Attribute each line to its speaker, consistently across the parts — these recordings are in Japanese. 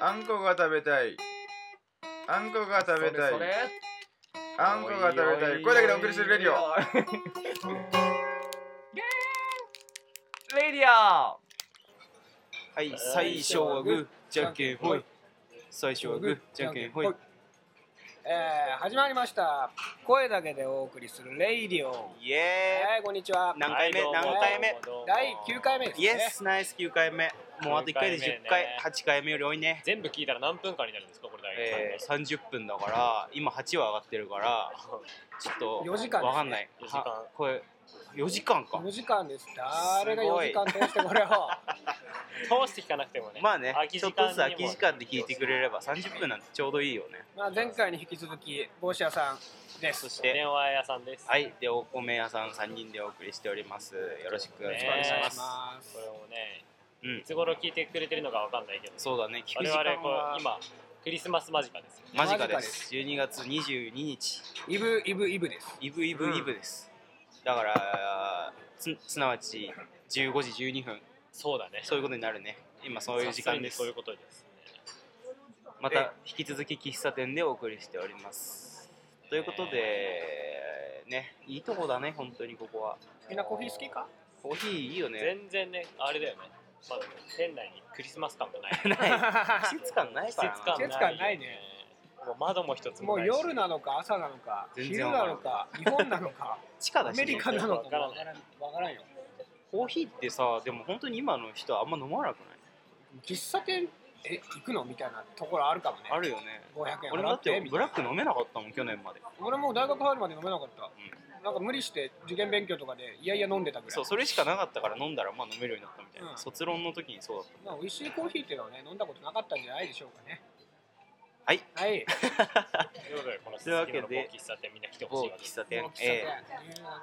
Speaker 1: あんこが食べたい。あんこが食べたい
Speaker 2: それ。それ
Speaker 1: あんこが食べたい。これだけでお送りするレディオ。
Speaker 2: オレディオ
Speaker 3: はい、最初はグー、じゃんけんほい。最初はグー、じゃんけんほい。
Speaker 4: えー、始まりました。声だけでお送りするレイディオ。
Speaker 3: イエ
Speaker 4: はい、こんにちは。
Speaker 3: 何回目
Speaker 2: はいどうも
Speaker 3: 何回目
Speaker 2: どうもどうも
Speaker 4: 第9回目で
Speaker 3: ー
Speaker 4: す
Speaker 3: イ。イ
Speaker 4: ね。
Speaker 3: エス、ナイス9回目。もうあと1回で10
Speaker 2: 9
Speaker 3: 回
Speaker 2: 回目ね、
Speaker 3: 8回目より多いね。
Speaker 2: 全部聞いたら何分間になるんですかこれ大
Speaker 3: え
Speaker 2: 体、
Speaker 3: ー、30分だから、今8は上がってるから、ちょ
Speaker 4: 4
Speaker 3: っ
Speaker 4: 時
Speaker 3: と
Speaker 4: 間ですね
Speaker 3: わかんない。
Speaker 2: 4時間
Speaker 3: はこれ、4時間か
Speaker 4: 4。時間です。誰が
Speaker 3: すご
Speaker 4: 4
Speaker 3: い
Speaker 4: 時間通して これを。
Speaker 2: 通して聞かなくてもね
Speaker 3: まあね、
Speaker 2: 空き
Speaker 3: ちょ
Speaker 2: 時
Speaker 3: っとず
Speaker 2: 間に
Speaker 3: つ
Speaker 2: も
Speaker 3: 空き時間で聞いてくれれば30分なんてちょうどいいよね。
Speaker 4: まあ、前回に引き続き、帽子屋さんで
Speaker 3: そ
Speaker 4: す。
Speaker 3: して、
Speaker 2: 電話屋さんです
Speaker 3: はい、で、お米屋さん3人でお送りしております。よろしくお願いし
Speaker 4: お願い
Speaker 3: ま
Speaker 4: し
Speaker 3: す。
Speaker 4: ます
Speaker 2: こ。れもね、
Speaker 3: うん
Speaker 2: いつ頃聞いてくれてるのかわかんないけど
Speaker 3: そうだね、聞く
Speaker 2: 我
Speaker 3: 時
Speaker 2: 々
Speaker 3: 間
Speaker 2: こ
Speaker 3: は
Speaker 2: う今クリスマス間近ですよ
Speaker 3: 間近
Speaker 4: 間
Speaker 3: で。
Speaker 4: 近です
Speaker 3: 12月22日、
Speaker 4: イブ、イブ、イブです。
Speaker 3: イブイブイブです。だからつ、すなわち15時12分、
Speaker 2: そうだね
Speaker 3: そういうことになるね。今そういう時間です
Speaker 2: そう。いうことですね
Speaker 3: また引き続き喫茶店でお送りしております。ということで、ね、いいとこだね、本当にここは。
Speaker 4: みんなコーヒー好 きか
Speaker 3: コーヒーいいよね。
Speaker 2: 全然ねあれだよねまだ店内にクリスマス感 がない
Speaker 3: ない。季節感ない
Speaker 2: 季節
Speaker 3: からな。
Speaker 2: 感ない
Speaker 4: 季節感ないね
Speaker 2: もう窓も一つ
Speaker 4: も
Speaker 2: もな
Speaker 4: う
Speaker 2: いし
Speaker 4: 夜なのか朝なのか、
Speaker 3: 全
Speaker 4: 昼
Speaker 3: 然わか
Speaker 4: な
Speaker 3: ら
Speaker 4: の
Speaker 3: ん
Speaker 4: か、日本な のか、
Speaker 3: 地下
Speaker 4: ア
Speaker 3: だし、
Speaker 4: メリ
Speaker 3: ね。
Speaker 4: カなのか
Speaker 2: わから
Speaker 4: わ
Speaker 2: な
Speaker 4: か
Speaker 2: い
Speaker 4: らん、わからんよ。
Speaker 3: コーヒーってさ、でも本当に今の人はあんま飲まなくない
Speaker 4: 喫茶店、え、行くのみたいなところあるかもね。
Speaker 3: あるよね。
Speaker 4: 500円
Speaker 3: 俺
Speaker 4: 払
Speaker 3: だ
Speaker 4: っ
Speaker 3: ってて
Speaker 4: みたい
Speaker 3: ブ
Speaker 4: な
Speaker 3: ラック飲めなかったもん、去年まで。
Speaker 4: 俺も大学入るまで飲めなかった、なんか無理して受験勉強とかでいやいや飲んでたぐらい
Speaker 3: そうそれしかなかったから飲んだらまあ飲めるようになったみたいな、
Speaker 4: うん
Speaker 3: 卒論の時にそうだった
Speaker 4: まあ、美味しいコーヒーっていうのはね飲んだことなかったんじゃないでしょうかね
Speaker 3: はい
Speaker 4: はい
Speaker 2: そうだよこの
Speaker 3: というわ
Speaker 2: 鈴
Speaker 3: け
Speaker 2: 木
Speaker 3: で
Speaker 2: の某喫茶店みんな来てほし
Speaker 3: 某
Speaker 2: いわけで
Speaker 3: 喫
Speaker 2: す
Speaker 3: 茶店
Speaker 4: もう喫茶店
Speaker 3: ええ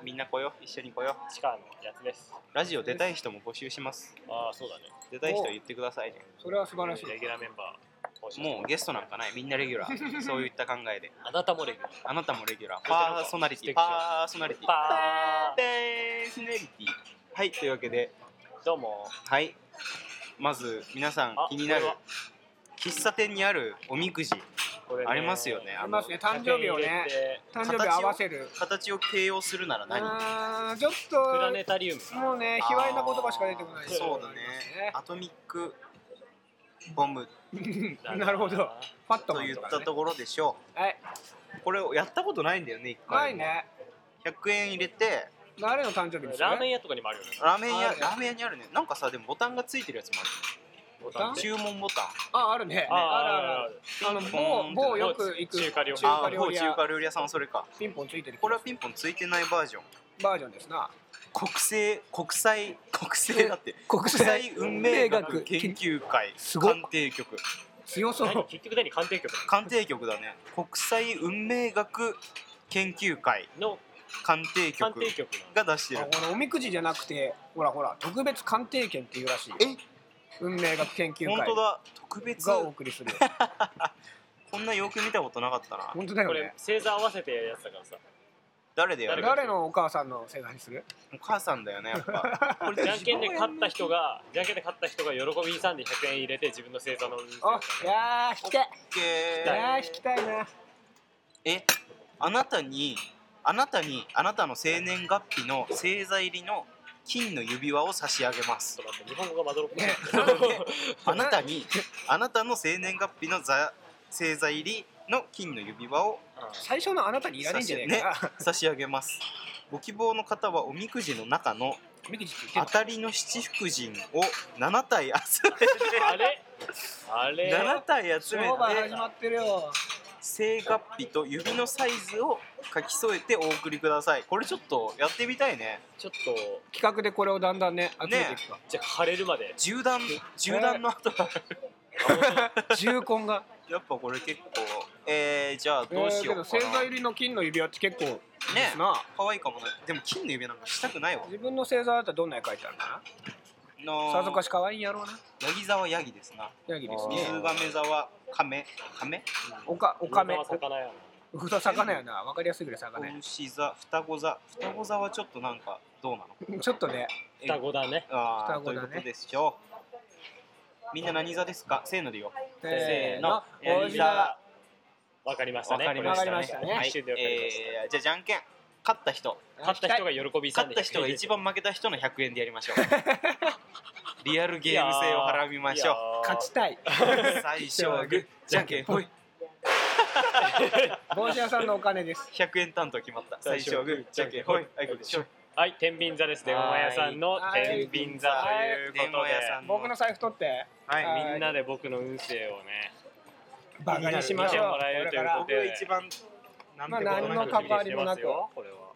Speaker 3: みんな来よう一緒に来よう
Speaker 2: 地下のやつです
Speaker 3: ラジオ出たい人も募集します
Speaker 2: ああそうだね
Speaker 3: 出たい人言ってくださいね
Speaker 4: それは素晴らしい
Speaker 2: レギュラーメンバー募集してます
Speaker 3: もうゲストなんかないみんなレギュラーそういった考えで
Speaker 2: あなたもレギュラー
Speaker 3: あなたもレギュラーパーソナリティパーソナリティパ
Speaker 2: パ
Speaker 3: ーソナリティはいというわけで
Speaker 2: ーどうも
Speaker 3: はいまず皆さん
Speaker 2: あ
Speaker 3: 気になる
Speaker 2: これは
Speaker 3: 喫茶店にあるおみくじ
Speaker 2: これね
Speaker 3: ありますよね
Speaker 4: あ
Speaker 3: あ
Speaker 4: り
Speaker 3: の
Speaker 4: ますね誕生日を
Speaker 2: 入れ
Speaker 4: ね
Speaker 2: て
Speaker 4: 誕生日合わせる
Speaker 3: 形を形容するなら何
Speaker 4: あーちょっ
Speaker 2: プラ
Speaker 4: と
Speaker 2: ネタリウム
Speaker 4: もうね卑猥な言葉しか出てこない
Speaker 3: あー
Speaker 4: です
Speaker 3: そうだねアトミックボム
Speaker 4: なるほどパッと
Speaker 3: と
Speaker 4: な
Speaker 3: 言
Speaker 4: る
Speaker 3: っ
Speaker 4: とかね
Speaker 3: たところでしょ
Speaker 4: はい、
Speaker 3: うこれをやったことないんだよね一
Speaker 4: な
Speaker 3: 回
Speaker 4: い
Speaker 3: も
Speaker 4: ね
Speaker 3: 100円入れて
Speaker 4: 誰の誕生日です
Speaker 2: ラーメン
Speaker 4: ね
Speaker 2: 屋とかにもあるよね
Speaker 3: ラーメン
Speaker 4: あ
Speaker 3: 屋
Speaker 4: る
Speaker 3: ラーメン屋にあるねなんかさでもボタンがついてるやつも
Speaker 2: ボ
Speaker 4: タ
Speaker 3: あ
Speaker 4: ン
Speaker 3: る注文ボタン
Speaker 4: ああるね
Speaker 2: ああ
Speaker 4: あ
Speaker 2: るあるあ
Speaker 4: る
Speaker 2: る
Speaker 4: あるあの某某よく行く
Speaker 2: 中華料理
Speaker 4: 中華
Speaker 3: あ
Speaker 4: 料
Speaker 3: 某
Speaker 4: 理
Speaker 3: 中
Speaker 4: 屋
Speaker 3: 華料理屋さんはそれか
Speaker 4: ピンポンついてる
Speaker 3: これはピンポンついてないバージョン
Speaker 4: バージョンですな
Speaker 3: 国政国際国政だって
Speaker 4: 国
Speaker 3: 国際運命学研究会
Speaker 4: すごっ
Speaker 3: 鑑定局
Speaker 4: 強そ
Speaker 2: 何
Speaker 4: う
Speaker 2: 結局何鑑定局
Speaker 3: 鑑定局だね国際運命学研究会
Speaker 2: の
Speaker 3: 鑑定
Speaker 2: 鑑
Speaker 3: 局
Speaker 2: 定局の
Speaker 3: が出して
Speaker 4: あ
Speaker 3: る
Speaker 4: これおみくじじゃなくてほらほら特別鑑定券っていうらしいよ
Speaker 3: え
Speaker 4: 運命学研究
Speaker 3: 本当
Speaker 4: 会
Speaker 3: だ特別
Speaker 4: がお送り する
Speaker 3: こんなよく見たことなかったな
Speaker 4: 本当だよ
Speaker 2: これ
Speaker 4: ね
Speaker 2: 星座合わせてやるやつだからさ
Speaker 3: 誰だよ
Speaker 2: 誰が
Speaker 4: 誰のお母さんの世代にする
Speaker 3: お母さんだよねやっ ぱこれ
Speaker 2: じゃんけんで勝った人がじゃんけんで勝った人が喜びにさんで100円入れて自分の星座の運勢を
Speaker 4: あ
Speaker 2: ね
Speaker 4: いやー引きたいい
Speaker 3: け
Speaker 4: やー引きたいな
Speaker 3: えあなたにあなたにあなたの生年月日の星座入りの金の指輪を差し上げま
Speaker 2: ち
Speaker 3: す
Speaker 2: ょっと待って日本語がまどろっこしい
Speaker 4: ね
Speaker 3: あなたにあなたの生年月日の座星座入りの金の指輪を
Speaker 4: 最初のあなたにいらねえんじゃねえかな
Speaker 3: 差し上げますご希望の方はおみくじの中の
Speaker 4: おみくじって言
Speaker 3: 当
Speaker 4: って
Speaker 3: たりの七福神を7体集め
Speaker 2: あれあ
Speaker 3: て
Speaker 2: れ
Speaker 3: 7体集
Speaker 4: ん
Speaker 3: め
Speaker 4: の商売
Speaker 3: て
Speaker 4: 始まってるよ
Speaker 3: 生月日と指のサイズを書き添えてお送りくださいこれちょっとやってみたいね
Speaker 2: ちょっと
Speaker 4: 企画でこれをだんだんね集めて いくか
Speaker 2: じゃあ晴れるまで
Speaker 3: 銃弾銃弾の後だ
Speaker 4: 重婚が
Speaker 3: やっぱこれ結構えー、じゃあどう
Speaker 4: えー
Speaker 3: し
Speaker 4: け
Speaker 3: よ
Speaker 4: ど
Speaker 3: う
Speaker 4: 星
Speaker 3: かな、
Speaker 4: 座入りの金の指輪って結構です
Speaker 3: ね
Speaker 4: な
Speaker 3: 可愛いかもねでも金の指なんかしたくないわ
Speaker 4: 自分の星座だったらどんな絵描いてあるかな
Speaker 3: の
Speaker 4: さぞかし可愛いんやろうな
Speaker 3: ヤギ座はヤギですな
Speaker 4: ヤギです
Speaker 2: あー
Speaker 4: ね
Speaker 3: 水亀座はカメカメ
Speaker 4: おかおかめ
Speaker 2: 魚魚やな
Speaker 4: うふと魚やな分かりやすいぐらい魚や
Speaker 3: お牛座双子座双子座はちょっとなんかどうなの
Speaker 4: ちょっとね
Speaker 2: 双子だね
Speaker 3: ああ、
Speaker 4: 双
Speaker 3: と
Speaker 4: 子
Speaker 3: いう
Speaker 4: だね
Speaker 3: ことでしょうみんな何座ですかせーのでよ
Speaker 4: せ
Speaker 2: せ
Speaker 4: ー
Speaker 2: ー
Speaker 4: の
Speaker 2: の
Speaker 4: お
Speaker 3: や
Speaker 4: じ
Speaker 3: り
Speaker 4: だ
Speaker 3: だ
Speaker 2: わかりましたね
Speaker 3: わかりましたね
Speaker 2: こ
Speaker 4: わかりま
Speaker 2: れで
Speaker 4: したね
Speaker 2: はい
Speaker 3: はい
Speaker 2: 一瞬でわかりました
Speaker 3: えーじゃあじゃんけん勝った人
Speaker 2: 勝った人が喜びさ
Speaker 3: 勝
Speaker 2: ん
Speaker 3: っ
Speaker 2: で
Speaker 3: た人が一番負けた人の100円でやりまし ょうリアルゲーム性をはらみましょう
Speaker 4: 勝ちたい
Speaker 3: 最初はグーじゃんけんほい
Speaker 4: 帽子屋さんのお金です
Speaker 3: 100円担当決まった最初はグーじゃんけんほいあいこでしょ
Speaker 2: はい天秤座です電話屋さんの天秤座ということ
Speaker 3: 電話屋さんの
Speaker 4: 僕の財布取って
Speaker 1: はい
Speaker 4: は
Speaker 1: はいい、
Speaker 2: でみんなで僕の運勢をね
Speaker 4: バカにしましょう
Speaker 2: もらえる
Speaker 4: ことれ
Speaker 2: いう
Speaker 4: か
Speaker 2: こ
Speaker 4: ら
Speaker 2: とで
Speaker 3: 僕が一番なんてこと
Speaker 4: まあ
Speaker 3: な
Speaker 4: 何
Speaker 3: く
Speaker 4: の関わりもなく
Speaker 2: これは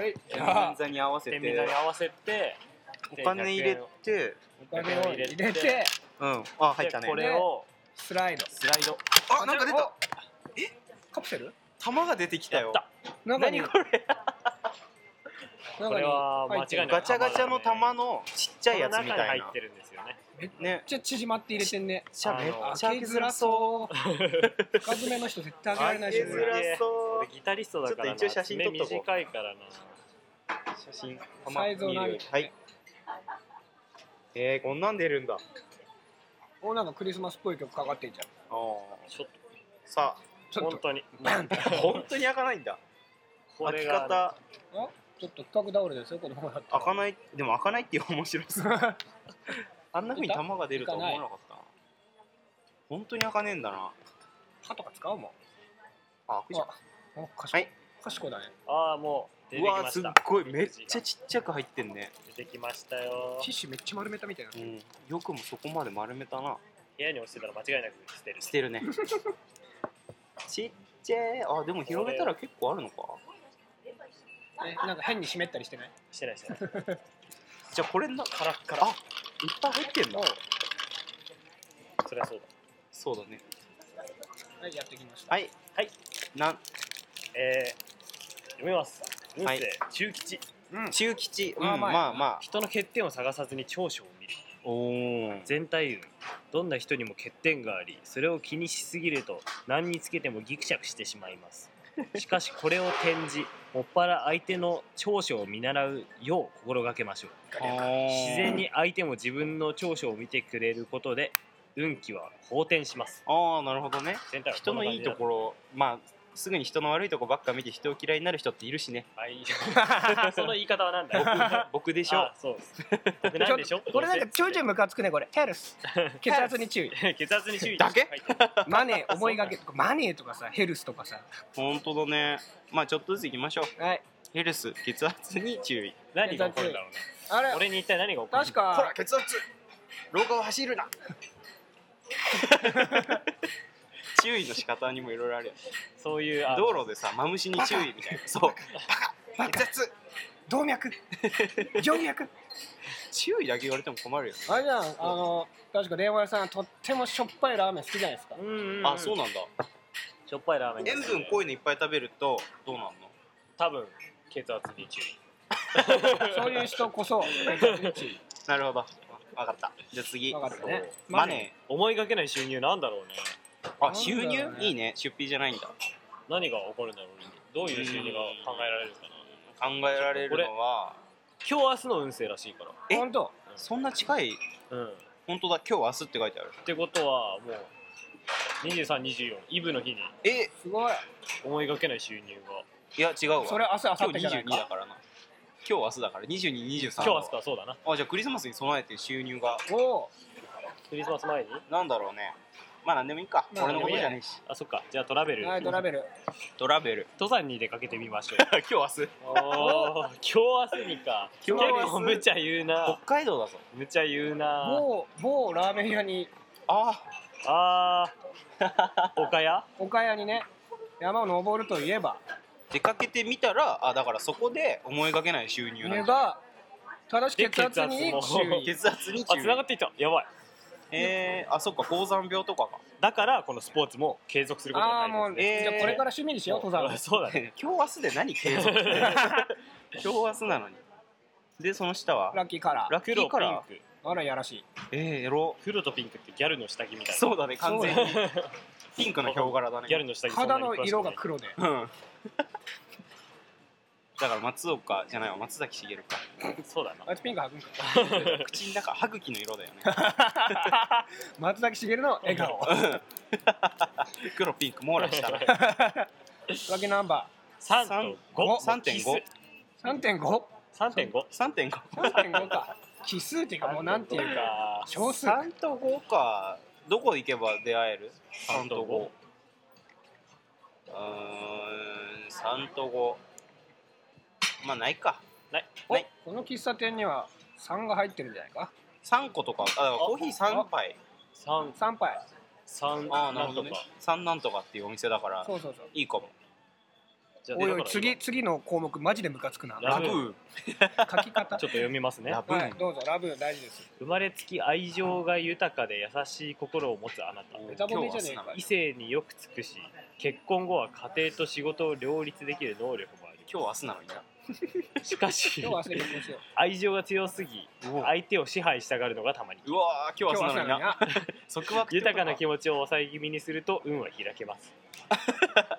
Speaker 4: はいじゃ
Speaker 3: 天
Speaker 4: あ
Speaker 3: 座に合わせ
Speaker 2: 天秤座に
Speaker 3: て
Speaker 2: 合わせて
Speaker 3: お金入れて
Speaker 4: お金を入れて
Speaker 3: うんあ入った
Speaker 2: でこ
Speaker 3: ね
Speaker 2: れを
Speaker 4: スライド
Speaker 3: スライドあなんか出た
Speaker 4: カプセル
Speaker 3: 玉が出てきたよ
Speaker 2: やっ
Speaker 4: 中に
Speaker 3: 何これ
Speaker 4: 中に
Speaker 2: これは間違いない
Speaker 3: ガチャガチャの玉のちっちゃいやつみ
Speaker 2: この中
Speaker 3: たい
Speaker 2: に入
Speaker 3: な
Speaker 2: ってるんですよね
Speaker 3: ね
Speaker 4: めっちゃ縮まって入れてんね
Speaker 3: しゃめっちゃ
Speaker 4: 開
Speaker 3: 開
Speaker 4: け
Speaker 3: け
Speaker 4: づ
Speaker 3: づ
Speaker 4: ら
Speaker 3: らそう
Speaker 4: そう深爪の人絶対開けられないし
Speaker 3: 開けづら
Speaker 4: ね
Speaker 3: そう
Speaker 2: 俺ギタリストだからな
Speaker 3: ちょっと一応写真撮っとこう
Speaker 2: 爪短いからな
Speaker 3: 写真
Speaker 4: サイズを
Speaker 3: 見る
Speaker 4: 何
Speaker 3: よりはいえー、こんなん出るんだ
Speaker 4: おなんかクリスマスっぽい曲かかってんじゃん
Speaker 2: ちょっ
Speaker 3: さ
Speaker 4: ち
Speaker 2: と
Speaker 4: ょっ
Speaker 2: 本
Speaker 4: と
Speaker 2: 当に
Speaker 3: あ本当に開かないん だ
Speaker 2: こ
Speaker 3: 開
Speaker 2: れ
Speaker 3: き
Speaker 2: が
Speaker 3: 方
Speaker 4: ちょっと企画倒れですよこのままだと
Speaker 3: 開かないでも開かないっていう面白さ あんな風に玉が出るとは思わなかったな本当に開かねえんだな
Speaker 4: 歯とか使うもん
Speaker 3: あ開くじゃん
Speaker 4: お賢
Speaker 3: はいい
Speaker 4: 賢いだね
Speaker 2: ああもう出て
Speaker 3: う
Speaker 2: き
Speaker 3: わ
Speaker 2: ま
Speaker 3: ーすっ
Speaker 2: し
Speaker 3: たごいめっちゃちっちゃく入ってんね、
Speaker 2: 出てきましたよ
Speaker 4: ティッシュめっちゃ丸めたみたいな
Speaker 3: うん、よくもそこまで丸めたな
Speaker 2: 部屋に落ちてたら間違いなく捨てる
Speaker 3: 捨て るねちっちゃいあでも広げたら結構あるのか
Speaker 4: えなんか変に湿ったりしてない
Speaker 2: してないしてない
Speaker 3: じゃあこれな
Speaker 2: カラッカラ
Speaker 3: あいっぱい入ってんだ
Speaker 2: そりゃそうだ
Speaker 3: そうだね
Speaker 4: はいやってきました
Speaker 3: はい
Speaker 2: はい
Speaker 3: なん
Speaker 2: えー、読みます運
Speaker 3: はい
Speaker 2: 勢中吉
Speaker 4: うん
Speaker 3: 中吉うん
Speaker 4: ま
Speaker 3: ま
Speaker 4: あ
Speaker 3: あ
Speaker 4: まあ
Speaker 3: まあ、
Speaker 2: 人の欠点を探さずに長所を見る
Speaker 3: おお
Speaker 2: 全体運どんな人にも欠点がありそれを気にしすぎると何につけてもギクシャクしてしまいますしかしこれを転じもっぱら相手の長所を見習うよう心がけましょう自然に相手も自分の長所を見てくれることで運気は好転します
Speaker 3: ああなるほどね
Speaker 2: 全体は
Speaker 3: 人のいいとこ
Speaker 2: ろ
Speaker 3: ろまあすぐに人の悪いとこばっか見て人を嫌いになる人っているし ね
Speaker 2: その言い方はなんだ
Speaker 3: 僕
Speaker 2: よ
Speaker 3: 僕でし
Speaker 2: あ
Speaker 3: ょ
Speaker 2: そうです僕なんでしょ
Speaker 4: ちょこれなんかちょいちょいムカつくねこれヘルス血圧に注意
Speaker 2: 血圧に注意
Speaker 3: だけ
Speaker 2: はい
Speaker 4: マネー思いがけマネーとかさヘルスとかさ
Speaker 3: 本当だねまあちょっとずついきましょう
Speaker 4: はい
Speaker 3: ヘルス血圧に注意
Speaker 2: 何が起こるんだろうね
Speaker 4: あれ
Speaker 2: 俺に一体何が起こる
Speaker 4: 確か
Speaker 3: 血圧廊下を走るな 注意の仕方にもいろいろあるよ
Speaker 2: そういうあ
Speaker 3: 道路でさマムシに注意みたいなそう
Speaker 4: バカ
Speaker 3: 血圧
Speaker 4: 動脈静脈
Speaker 3: 注意だけ言われても困るよ
Speaker 4: あれじゃんあの確か電話屋さんとってもしょっぱいラーメン好きじゃないですか
Speaker 2: うんうんうん
Speaker 3: あそうなんだ
Speaker 2: しょっぱいラーメン
Speaker 3: 塩分濃いのいっぱい食べるとどうなんの
Speaker 2: 多分血圧に注意
Speaker 4: そういう人こそ血圧に注意
Speaker 3: なるほど分かったじゃあ次
Speaker 4: わかったね
Speaker 3: マネ
Speaker 2: 思いがけない収入なんだろう
Speaker 3: ー
Speaker 2: ね
Speaker 4: なん
Speaker 3: あ
Speaker 4: だ
Speaker 3: 収入
Speaker 4: ね
Speaker 3: いいね出費じゃないんだ
Speaker 2: 何が起こるんだろうどういう収入が考えられるかな
Speaker 3: 考えられるのは
Speaker 2: 今日明日の運勢らしいか
Speaker 3: え
Speaker 4: 本当
Speaker 3: そんな近い
Speaker 2: らうんっ
Speaker 3: 本当だ今日明日って書いてある
Speaker 2: てことはもう2324イブの日に
Speaker 3: え
Speaker 4: すごい
Speaker 2: 思いがけない収入が
Speaker 3: いや違うわ
Speaker 4: それ明日明後
Speaker 3: 今
Speaker 4: 日
Speaker 3: 日
Speaker 4: じゃない
Speaker 3: 22だ
Speaker 4: か
Speaker 3: からな今日明日だから2223
Speaker 2: 今日明日かそうだな
Speaker 3: あじゃあクリスマスに備えて収入が
Speaker 4: おお
Speaker 2: クリスマス前に
Speaker 3: なんだろうねまあなんでもいいか
Speaker 4: まあ
Speaker 3: 俺のことじゃねえし
Speaker 2: あそっかじゃあトラベル
Speaker 4: ーはいトラベル
Speaker 3: トラベル
Speaker 2: 登山に出かけてみま しょう
Speaker 3: 今日明日
Speaker 2: おお今日明日にか
Speaker 3: 今日明日
Speaker 2: 無茶言う
Speaker 3: 北
Speaker 2: な
Speaker 3: 海道だぞ
Speaker 2: 無茶言うな
Speaker 4: 某某ラーメン屋に
Speaker 3: あ
Speaker 2: あ ー岡谷
Speaker 4: 岡谷にね山を登るといえば
Speaker 3: ー出かけてみたらあだからそこで思いがけない収入なん
Speaker 4: 目
Speaker 3: だ
Speaker 4: が正しく血圧に
Speaker 2: で血圧も
Speaker 4: 注意
Speaker 3: 血圧に注
Speaker 2: あ
Speaker 3: 意
Speaker 2: 繋がっていったやばい
Speaker 3: えー、あそっか高山病とかか
Speaker 2: だからこのスポーツも継続することが
Speaker 4: ああ
Speaker 2: 大
Speaker 4: も
Speaker 2: 切
Speaker 4: う、
Speaker 2: です
Speaker 3: えー
Speaker 4: じゃあこれから趣味にしよう登山
Speaker 2: そうだね
Speaker 3: 今日明日で何継続 今日明日なのにでその下は
Speaker 4: ラッキーカラー
Speaker 3: ラッキ
Speaker 2: 黒
Speaker 3: ー
Speaker 2: ピ
Speaker 3: カ
Speaker 2: ン
Speaker 3: ラー
Speaker 2: ク
Speaker 4: あらやらしい
Speaker 3: えー、エロ
Speaker 2: 黒とピンクってギャルの下着みたいな
Speaker 3: そうだね完全にピンクのヒョウ柄だね
Speaker 2: ギャルの下着そんな
Speaker 4: 肌
Speaker 2: に詳
Speaker 4: の
Speaker 2: しくない
Speaker 4: 色が黒で
Speaker 3: うん だから松岡じゃないわ松崎しげるか
Speaker 2: そうだな
Speaker 4: あいつピンク吐くんか
Speaker 3: 口の中歯茎の色だよね
Speaker 4: 松崎しげるの笑顔
Speaker 3: 黒ピンク網羅したら
Speaker 4: 浮気ナンバ
Speaker 2: 3と
Speaker 3: 3.5
Speaker 4: ー
Speaker 2: 5
Speaker 3: 3.5
Speaker 4: 3.53.5か 奇数っていうかもうなんていうか
Speaker 2: か
Speaker 4: 小数
Speaker 3: 3と5かどこ行けば出会える3と5うーん3と5まあないか
Speaker 4: お
Speaker 3: はい
Speaker 4: この喫茶店には3が入ってるんじゃないか3
Speaker 3: 3個とかあだからコーヒー3杯
Speaker 2: 三
Speaker 4: 3杯
Speaker 2: 三
Speaker 3: ああな
Speaker 2: な
Speaker 3: る
Speaker 2: ん
Speaker 3: ほ
Speaker 2: と
Speaker 3: ど
Speaker 2: か
Speaker 3: ね3なんとかっていうお店だから
Speaker 4: そうそうそう
Speaker 3: いいかも
Speaker 2: じゃあ
Speaker 4: おいおい
Speaker 2: だから今
Speaker 4: 次次の項目マジでムカつくな
Speaker 2: ラ
Speaker 3: ラ
Speaker 2: ブ
Speaker 3: ブ
Speaker 2: ー
Speaker 3: ー
Speaker 4: 書き方
Speaker 2: ちょっと読みますね
Speaker 3: ラブ
Speaker 4: はい
Speaker 3: ー
Speaker 4: どうぞラブ大事です
Speaker 2: 生まれつき愛情が豊かで優しい心を持つあなた
Speaker 3: お
Speaker 4: ベタボメじゃねえ
Speaker 3: 今日は
Speaker 4: か
Speaker 2: 異性によくつくし結婚後は家庭と仕事を両立できる能力もあり
Speaker 3: 今日明日なのにな
Speaker 2: しかし
Speaker 4: 今日は汗結婚しよう
Speaker 2: 愛情が強すぎ相手を支配したがるのがたまに
Speaker 3: うわー今
Speaker 4: 今
Speaker 3: 日
Speaker 4: 日
Speaker 3: 明
Speaker 4: は
Speaker 3: 日なの
Speaker 4: 汗
Speaker 3: に
Speaker 4: な
Speaker 3: な
Speaker 4: のにな
Speaker 3: 束縛
Speaker 2: 豊かな
Speaker 3: 気
Speaker 2: 気持ちを抑え気味にすると運は開けます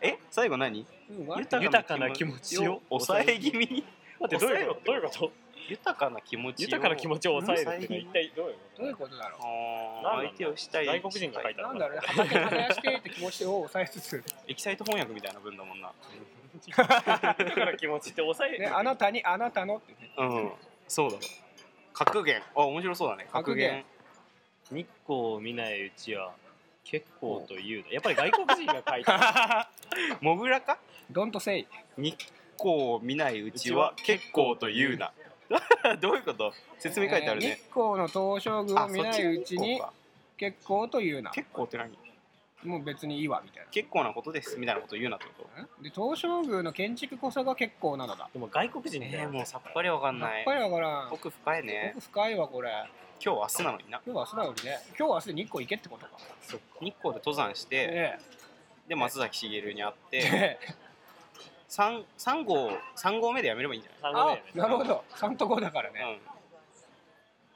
Speaker 3: え最後何
Speaker 4: うんわ
Speaker 2: 豊かな気持ちを
Speaker 3: 抑え気味に
Speaker 2: 待ってどういうこと
Speaker 3: 抑え
Speaker 2: どうい
Speaker 3: ろ
Speaker 2: うこ
Speaker 3: って
Speaker 2: と
Speaker 3: 豊かな気持ちを
Speaker 2: 豊かな気持ちを抑えるっていうのは一体どういう
Speaker 4: どういう
Speaker 2: こ
Speaker 4: ことだろ
Speaker 3: あー
Speaker 2: なんなんだ
Speaker 3: 相手をしたい
Speaker 2: 外国人が書いた
Speaker 4: う
Speaker 2: の
Speaker 4: なんだろうね畑耕してって気持ちを抑えつつ
Speaker 3: エキサイト翻訳みたいな文だもんな
Speaker 2: と 豊かな気持ちって抑え
Speaker 4: ねあなたにあなたのってね
Speaker 3: うんそうだわ格言あ面白そうだね格言
Speaker 2: 日光を見ないうちは結構というやっぱり外国人が書い た
Speaker 3: モグラか
Speaker 4: Don't say
Speaker 3: 日光を見ないうちは結構と言うなどういうこと説明書いてある
Speaker 4: えー
Speaker 3: ね
Speaker 4: 日光の東照宮を見ないうちに
Speaker 3: そっち
Speaker 4: 結構というな
Speaker 3: 結構って何
Speaker 4: もう別にいいわみたいな
Speaker 3: 結構なことですみたいなこと言うなってこと
Speaker 4: んで東照宮の建築こそが結構なのだ
Speaker 2: でも外国人だ
Speaker 3: えー、
Speaker 2: よ
Speaker 3: もうさっぱりわかん
Speaker 4: やっ
Speaker 3: ない
Speaker 4: ぱりだからん
Speaker 3: 奥深いね
Speaker 4: 奥深いわこれ
Speaker 3: 今日明日なのにな
Speaker 4: 今日は明日だよりね今日は明日で日光行けってことか
Speaker 3: 日光で登山して
Speaker 4: え
Speaker 3: で松崎しげるに会っ
Speaker 4: え
Speaker 3: て 3, 三号三合目でやめればいいんじゃ
Speaker 2: 三合目
Speaker 4: あ
Speaker 2: やね
Speaker 4: なるほど3と5だから
Speaker 3: ない、
Speaker 4: ね、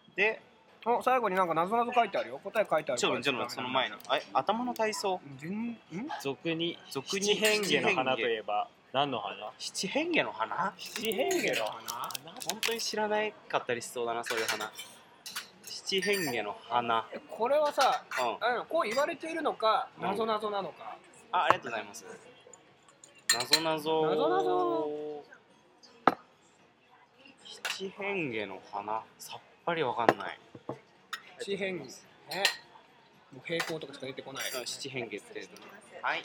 Speaker 3: うん、で
Speaker 4: お最後になんか謎々書いてあるよ答え書いてある
Speaker 3: ちょっと待ってち
Speaker 4: から
Speaker 3: ょっと待ってその前のあ頭の体操
Speaker 4: 全ん
Speaker 2: 俗に
Speaker 3: 俗
Speaker 2: 七変化の花といえば何の花
Speaker 3: 七変化の花
Speaker 2: 七変化の
Speaker 4: 花
Speaker 3: 本当に知らないかったりしそうだなそういう花七変化の花
Speaker 4: えこれはさ
Speaker 3: うん
Speaker 4: あのこう言われているのか
Speaker 3: うん
Speaker 4: 謎々なのか、
Speaker 3: あありがとうございますなぞなぞ
Speaker 4: なぞなぞ
Speaker 3: 七変化の花さっぱりわかんない
Speaker 4: 四辺ねもう平行とかしか出てこない、
Speaker 3: うん七変化ってはい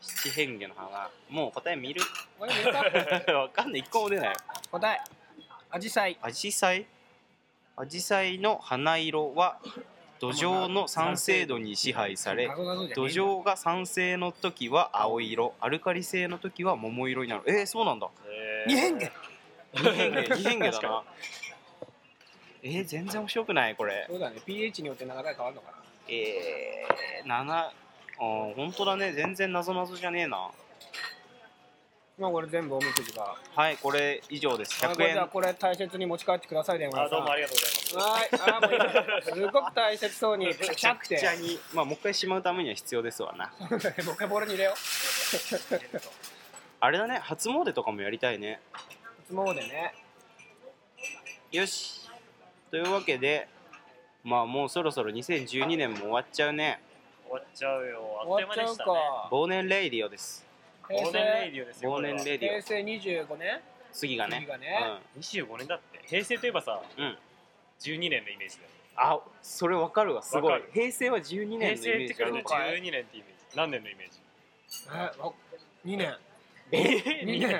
Speaker 3: 七変化の花もう答え見る
Speaker 4: これ出た
Speaker 3: わかんない一個も出ない
Speaker 4: 答えアジサイ
Speaker 3: アジサイアジサイの花色は土壌の酸性度に支配され
Speaker 4: 謎々じゃ
Speaker 3: 土
Speaker 4: ねえんだよ
Speaker 3: 壌が酸性の時は青色アルカリ性の時は桃色になるえー、そうなんだ
Speaker 4: 二変化
Speaker 3: 二変化 二変化だ
Speaker 2: 確か
Speaker 3: なえー、全然面白くないこれ
Speaker 4: そうだね pH によって流れ変わるのかな
Speaker 3: えー、7あー本当だね全然なぞなぞじゃねえな
Speaker 4: まあこれ全部おみくじが
Speaker 3: はいこれ以上です
Speaker 4: あこれじゃ
Speaker 3: 100
Speaker 4: あこれ大切に持ち帰ってくださいね
Speaker 2: あ
Speaker 4: 皆さ
Speaker 2: どうんもあ
Speaker 4: は
Speaker 2: りがとうございます
Speaker 4: いあもう今すごく大切そうに
Speaker 3: 円
Speaker 4: ピチャくて
Speaker 3: めちゃくちゃにまあもう一回しまうためには必要ですわな
Speaker 4: もう一回ボールに入れよう
Speaker 3: あれだね初詣とかもやりたいね
Speaker 4: 初詣ね
Speaker 3: よしというわけでまあもうそろそろ2012年も終わっちゃうね
Speaker 2: 終わっちゃうよあっと
Speaker 4: 終
Speaker 2: いう
Speaker 4: わっ
Speaker 2: 間
Speaker 4: ち
Speaker 2: で
Speaker 4: ゃ
Speaker 2: し
Speaker 4: う
Speaker 2: た
Speaker 4: か
Speaker 2: ね
Speaker 3: 忘年レイディオです
Speaker 2: 忘
Speaker 4: 平
Speaker 2: 年レイ
Speaker 4: 成
Speaker 2: ディオですよ
Speaker 3: 忘年
Speaker 2: これは
Speaker 3: レイディ
Speaker 4: 平
Speaker 3: オ
Speaker 4: 成25年
Speaker 3: 次が
Speaker 4: 次
Speaker 3: ね
Speaker 4: がね
Speaker 2: 25年だって平成といえばさ、
Speaker 3: うん
Speaker 2: 12年のイメージだよ
Speaker 3: うんあそれわかるわすご
Speaker 2: わ
Speaker 3: い
Speaker 2: かる
Speaker 3: 平成は12
Speaker 2: 平
Speaker 3: 年のイ
Speaker 2: 成
Speaker 3: メー
Speaker 2: って
Speaker 3: ジ
Speaker 2: く
Speaker 3: があ
Speaker 2: る
Speaker 3: る
Speaker 2: と
Speaker 3: ね
Speaker 2: 12年ってイメージ何年のイメージ
Speaker 4: えわ2年
Speaker 2: え
Speaker 4: 二年
Speaker 2: な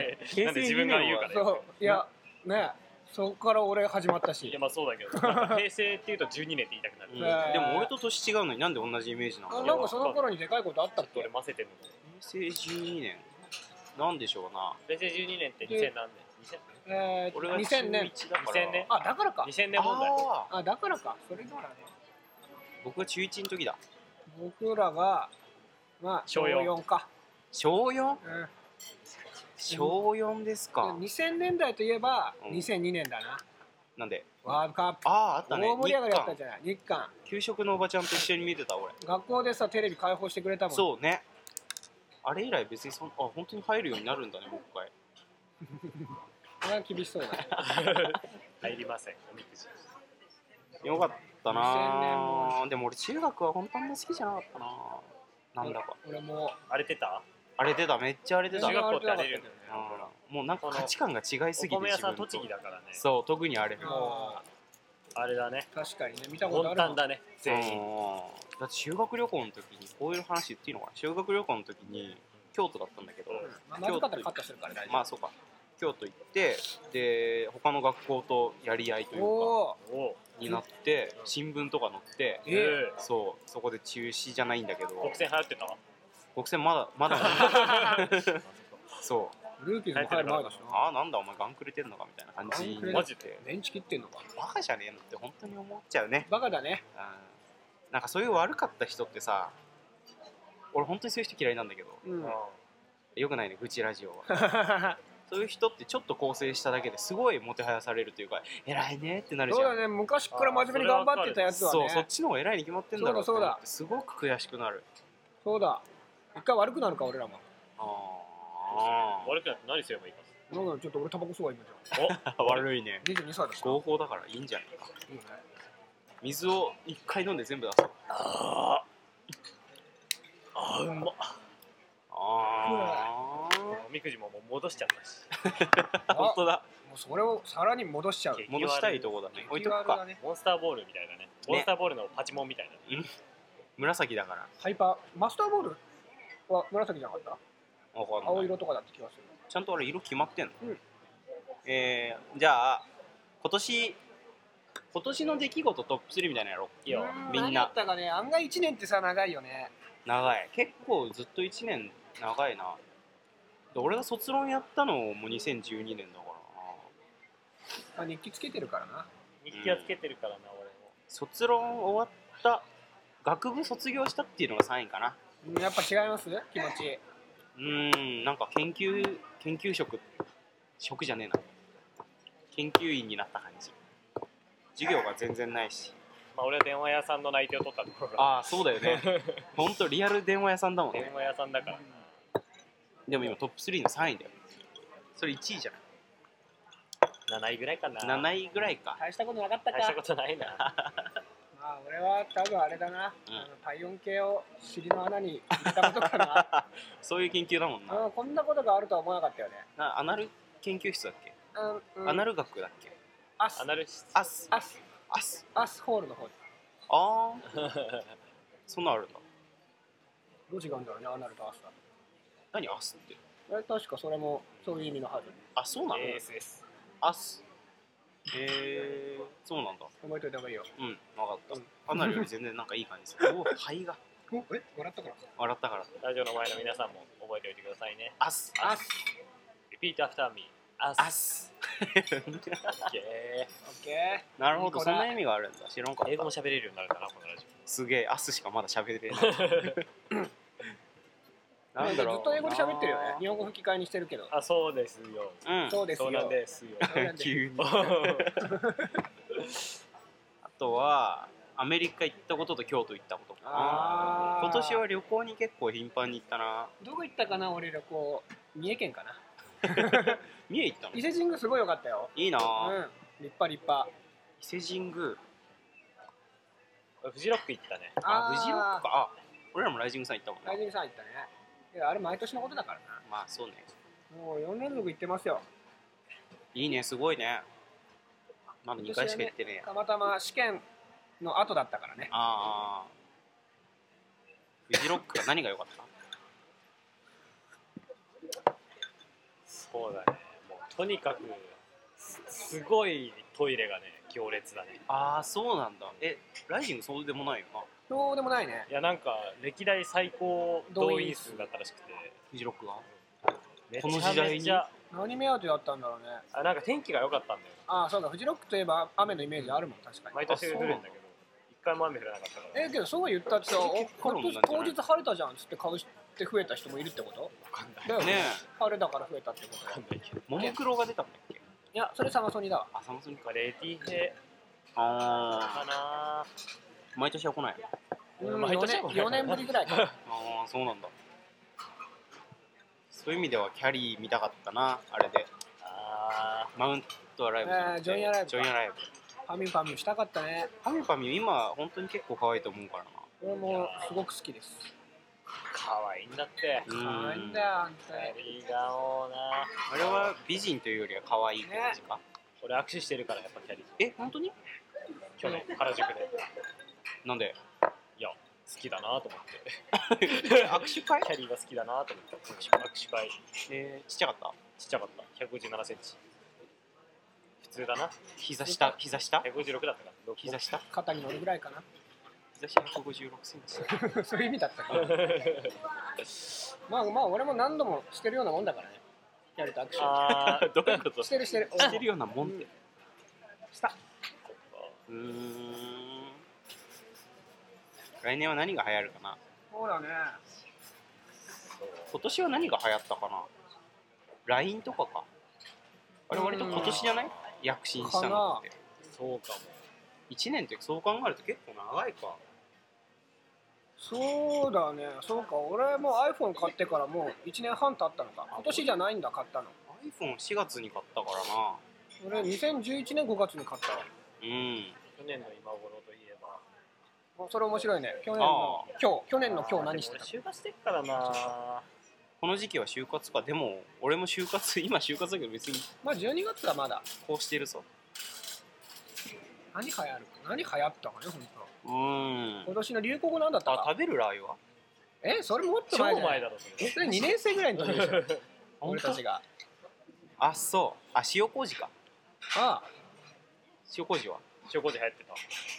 Speaker 2: んで自分が言うからよ
Speaker 4: そういやねそこから俺始まった
Speaker 2: い
Speaker 4: し
Speaker 2: やまあそうだけどなんか平成っていうと12年って言いたくなる、
Speaker 3: うん
Speaker 2: ちょ
Speaker 4: ね
Speaker 3: でも俺と年違うのになんで同じイメージな
Speaker 4: あ
Speaker 3: の
Speaker 4: なんかその頃にでかいことあったっ
Speaker 2: っと
Speaker 4: け
Speaker 2: 俺混ぜてるの
Speaker 3: 平成12年なんでしょうな
Speaker 2: 平成12年って2000何年
Speaker 4: えー
Speaker 3: 俺が
Speaker 4: 2000年
Speaker 3: 中1だから
Speaker 2: 2000年
Speaker 4: あだからか
Speaker 2: 2000, 2000年問題
Speaker 3: ああ
Speaker 4: あだからかそれならね
Speaker 3: 僕が中1の時だ
Speaker 4: 僕らがまあ
Speaker 2: 小
Speaker 4: 小
Speaker 2: 四
Speaker 4: 4か、
Speaker 3: 小 4?
Speaker 4: うん、で
Speaker 3: 小4ですか
Speaker 4: 2000年代といえば
Speaker 3: うん
Speaker 4: 2002年だな、
Speaker 3: なんで
Speaker 4: ワールドカップ
Speaker 3: あああったね
Speaker 4: 大盛り上がりだった
Speaker 3: 日韓
Speaker 4: じゃない日韓
Speaker 3: 給食のおばちゃんと一緒に見てた俺
Speaker 4: 学校でさテレビ開放してくれたもん
Speaker 3: そうねあれ以来別にそんあ本当に入るようになるんだねもう一回
Speaker 4: これは厳しそうだね。
Speaker 2: 入りませんおみくじ
Speaker 3: よかった
Speaker 4: 2000
Speaker 3: なぁでも俺中学は本当あんま好きじゃなかったなぁなんだか
Speaker 4: 俺も
Speaker 2: 荒れてた
Speaker 3: 荒れてためっちゃ荒れてた
Speaker 2: 中
Speaker 3: うん
Speaker 2: 学校って荒れるよね
Speaker 3: もうなんか価値観が違いすぎ
Speaker 2: お
Speaker 3: て
Speaker 2: 米屋さん
Speaker 3: と
Speaker 2: 栃木だからね
Speaker 3: そう特にあれ
Speaker 4: も
Speaker 2: あれだね
Speaker 4: う確かにね見たことあ
Speaker 2: 温
Speaker 4: る
Speaker 2: 淡
Speaker 4: だ
Speaker 2: だね全員
Speaker 3: うんだって修学旅行の時にこういう話言っていいのかな修学旅行の時に京都だったんだけど、
Speaker 4: まあ、まずかったらカットするから大丈夫、
Speaker 3: まあそうか京都行ってで他の学校とやり合いというか
Speaker 4: おお
Speaker 2: おう
Speaker 3: になって
Speaker 2: うん
Speaker 3: 新聞とか載って
Speaker 4: えー
Speaker 2: え
Speaker 3: そうそこで中止じゃないんだけど
Speaker 2: ー国戦流行ってた
Speaker 3: 国選まだまだ そう
Speaker 4: ルーキーズも入る前だしな
Speaker 3: ああなんだお前ガンくれてんのかみたいな感じにな
Speaker 2: マ
Speaker 3: っ
Speaker 2: ジ
Speaker 3: て
Speaker 4: メンチ切ってんのか
Speaker 3: バカじゃねえのって本当に思っちゃうね
Speaker 4: バカだね
Speaker 3: うんなんかそういう悪かった人ってさ俺本当にそういう人嫌いなんだけど
Speaker 4: うん
Speaker 3: よくないね愚痴ラジオは そういう人ってちょっと構成しただけですごいもてはやされるというか偉いねってなるじ
Speaker 4: そう
Speaker 3: ゃ
Speaker 4: だ
Speaker 3: ん
Speaker 4: ね昔から真面目に頑張ってたやつは
Speaker 3: そう
Speaker 4: ね
Speaker 3: そっちの方が偉いに決まってんだろって
Speaker 4: そうだそうだ
Speaker 3: すごく悔しくなる
Speaker 4: そうだ一回悪くなるか俺らも
Speaker 3: あ
Speaker 2: 悪くなって何すればいいか
Speaker 4: なんかちょっと俺タバコ吸うわ今じ
Speaker 3: あ悪いね
Speaker 4: ゃん22歳だしな
Speaker 3: 合法だからいいんじゃないか
Speaker 4: いいね
Speaker 3: 水を一回飲んで全部出そう
Speaker 2: ああうま
Speaker 3: あ
Speaker 2: おみくじももう戻しちゃったし
Speaker 4: あ
Speaker 3: あ本当だ
Speaker 4: もうそれをさらに戻しちゃう
Speaker 2: 結
Speaker 3: 戻したいとこだね置いとく
Speaker 4: 気軽
Speaker 3: か
Speaker 4: だね
Speaker 2: モンスターボールみたいなねモンスターボールのパチモンみたいなね
Speaker 3: 紫だから
Speaker 4: ハイパーマスターボールは紫じゃなかった
Speaker 3: わかんない
Speaker 4: 青色とかだって気がする
Speaker 3: ちゃんとあれ色決まってんの、
Speaker 4: うん
Speaker 3: えー、じゃあ今年今年の出来事トップ3みたいなのやろ
Speaker 2: いいよ
Speaker 4: う
Speaker 3: みんな
Speaker 4: 何だったかね案外1年ってさ長いよね
Speaker 3: う長い結構ずっと1年長いなで俺が卒論やったのも2012年だからな
Speaker 4: まあ日記つけてるからな
Speaker 2: 日記はつけてるからな俺も
Speaker 3: 卒論終わった学部卒業したっていうのが3位かな
Speaker 4: うんやっぱ違います気持ち
Speaker 3: うーんなんか研究研究職職じゃねえな研究員になった感じ授業が全然ないし
Speaker 2: まあ俺は電話屋さんの内定を取ったところが
Speaker 3: ああそうだよ ねほんとリアル電話屋さんだもんね
Speaker 2: 電話屋さんだから
Speaker 3: でも今トップ3の3位だよそれ1位じゃ
Speaker 2: 7位ぐらいかな
Speaker 3: ない7位ぐらいか
Speaker 4: 大したことなかった
Speaker 2: 大したことないな
Speaker 4: まあ俺は多分あれだな、
Speaker 3: うん
Speaker 4: あの体温計を尻の穴に入れたこと かな
Speaker 3: そういう研究だもん
Speaker 4: う
Speaker 3: なん
Speaker 4: こんなことがあるとは思わなかったよね
Speaker 3: なアナル研究室だっけ、
Speaker 4: うんうん
Speaker 3: アナル学だっけ
Speaker 4: アス
Speaker 2: アナル室
Speaker 3: アス
Speaker 4: アス
Speaker 3: アス
Speaker 4: アスホールの方
Speaker 3: ああ そんなんあるんだ
Speaker 4: どう違うんだろうねアナルとアスは
Speaker 3: 何アスって
Speaker 4: え確かそれもそういう意味のはず
Speaker 3: あそうなの、
Speaker 2: ASS
Speaker 3: アスへえそうなんだ
Speaker 4: 覚えといた方がいいよ
Speaker 3: うん分かった、
Speaker 4: うん
Speaker 3: アナルより全然なんかいい感じするおお肺が
Speaker 4: おえ笑ったから
Speaker 3: 笑ったから
Speaker 2: ラジオの前の皆さんも覚えておいてくださいね
Speaker 3: アス
Speaker 4: アス
Speaker 2: Repeat after me アス
Speaker 3: アス
Speaker 4: オ
Speaker 2: OK
Speaker 4: ッケ
Speaker 3: なるほ
Speaker 4: い
Speaker 3: ど
Speaker 4: い子
Speaker 3: そ
Speaker 4: だ
Speaker 3: んな意味があるんだ知らんかっ
Speaker 2: 英語も
Speaker 3: た
Speaker 2: 喋れるようになるかなこのラジ
Speaker 3: すげえアスしかまだ喋れてない
Speaker 4: ー
Speaker 3: なんだろう
Speaker 4: ずっと英語で喋ってるよね日本語吹き替えにしてるけど
Speaker 2: オあそうですよ
Speaker 3: うん
Speaker 4: そうです
Speaker 2: そ
Speaker 4: よ
Speaker 2: うなんですよ
Speaker 4: そうなんです
Speaker 3: 急にあとはアメリカ行ったことと京都行ったことかな
Speaker 4: あー
Speaker 3: 今年は旅行に結構頻繁に行ったな
Speaker 4: どこ行ったかな俺旅行三重県かな
Speaker 3: 三重行ったの
Speaker 4: 伊勢神宮すごい良かったよ
Speaker 3: いいな
Speaker 4: うん
Speaker 3: あ、
Speaker 4: 立派立派
Speaker 3: 伊勢神宮
Speaker 2: フジロック行ったね
Speaker 3: あ
Speaker 4: ー
Speaker 3: フジロックかあ俺らもライジングさん行ったもんな
Speaker 4: 大神さん行ったねいやあれ毎年のことだから
Speaker 3: まあそうね
Speaker 4: なもう4連続行ってますよ
Speaker 3: いいねすごいねまだ2回しか行ってねえや
Speaker 4: たまたま試験の後だったからね
Speaker 3: ああフジロックは何が良かった
Speaker 2: そうだねもうとにかくすすごいトイレがね行列だね
Speaker 3: ああそうなんだえライジングそうでもないよな
Speaker 4: そうでもないね
Speaker 2: いやなんか歴代最高動員数だったらしくて
Speaker 3: フジロックが
Speaker 2: め
Speaker 3: この
Speaker 2: ちゃ
Speaker 3: 時代
Speaker 2: め
Speaker 3: に
Speaker 2: ちゃ
Speaker 4: 何目当てだったんだろうね
Speaker 2: あなんか天気が良かったんだよ
Speaker 4: ああそうだフジロックといえば雨のイメージあるもん確かに
Speaker 2: 毎年降るんだけど一回も雨降らなかったから
Speaker 4: えけどそう言ったってさお
Speaker 3: 結構ある
Speaker 4: 今
Speaker 3: もん
Speaker 4: 年
Speaker 3: なんじゃ
Speaker 4: 当
Speaker 3: ない
Speaker 4: 日晴れたじゃんっつって買う人って増えた人もいるってことだよ
Speaker 3: ね
Speaker 4: ね晴れだから増えたってことだよ
Speaker 3: えももクロが出たんだっけ
Speaker 4: いやそれサマソニだわ
Speaker 3: あサムスンか
Speaker 2: まあレディヘか
Speaker 3: あ
Speaker 2: な
Speaker 3: あ毎年は来ない
Speaker 4: うん
Speaker 2: 毎
Speaker 4: 4
Speaker 2: 年
Speaker 4: 年 ,4 年ぶりぐらいかな
Speaker 3: ああそうなんだそういう意味ではキャリー見たかったなあれで
Speaker 2: あ
Speaker 3: マウントアライブじゃなくて
Speaker 4: あージョニーアライブか
Speaker 3: ジョニーアライブ
Speaker 4: パミュパミュしたかったね
Speaker 3: パミュパミュ今本当に結構可愛いと思うからな
Speaker 4: 俺もすごく好きです
Speaker 2: ー可愛いんだって
Speaker 3: う
Speaker 4: 可愛いんだよ本当に
Speaker 2: いいだろうな
Speaker 3: あれは美人というよりは可愛いって感じか、
Speaker 2: 俺握手してるからやっぱキャリー
Speaker 3: え本当に
Speaker 2: 去年原宿で
Speaker 3: なんで
Speaker 2: 好きだなと思って
Speaker 3: 握手会
Speaker 2: キャリーが好きだなと思って握手会
Speaker 3: えー、ちっちゃかった
Speaker 2: ちっちゃかった1 5 7センチ普通だな
Speaker 3: 膝下膝下
Speaker 2: 156だったから
Speaker 3: 膝下
Speaker 4: 肩に乗るぐらいかな
Speaker 3: 膝下156センチ
Speaker 4: そういう意味だったかなまあまあ俺も何度もしてるようなもんだからねやると握手
Speaker 2: あ ー
Speaker 3: どういう こと
Speaker 4: し
Speaker 3: して
Speaker 4: るしてる
Speaker 3: てるようなもんって
Speaker 4: した
Speaker 3: うーん来年は何が流行るかな
Speaker 4: そうだね
Speaker 3: 今年は何が流行ったかな LINE とかかあれ割と今年じゃない躍進したのって
Speaker 2: そうかも
Speaker 3: 1年ってそう考えると結構長いか
Speaker 4: そうだねそうか俺も iPhone 買ってからもう1年半経ったのか今年じゃないんだ買ったの
Speaker 3: iPhone4 月に買ったからな
Speaker 4: 俺2011年5月に買ったわ
Speaker 3: うん
Speaker 2: 去年の今頃といえば
Speaker 4: もうそれ面白いね去年
Speaker 3: あ
Speaker 4: の今日去年の今日何して
Speaker 2: あ
Speaker 4: た
Speaker 2: ーでも俺就活してっからな
Speaker 3: この時期は就活かでも俺も就活 今就活だけど別に
Speaker 4: まあ12月はまだ
Speaker 3: こうしてるぞ
Speaker 4: 何流行るか何流行ったかね本当
Speaker 3: うーん
Speaker 4: 今年の流行語なんだった
Speaker 3: あ
Speaker 4: か
Speaker 3: 食べるラー油は
Speaker 4: えそれもっと
Speaker 2: 超
Speaker 4: 前だよ
Speaker 2: 前だろそれ
Speaker 4: それ2年生ぐらいの時でしょ
Speaker 3: 本
Speaker 4: 俺
Speaker 3: 当
Speaker 4: たちが
Speaker 3: あそうあ塩麹か
Speaker 4: あ
Speaker 3: 塩麹は
Speaker 2: 塩麹流行って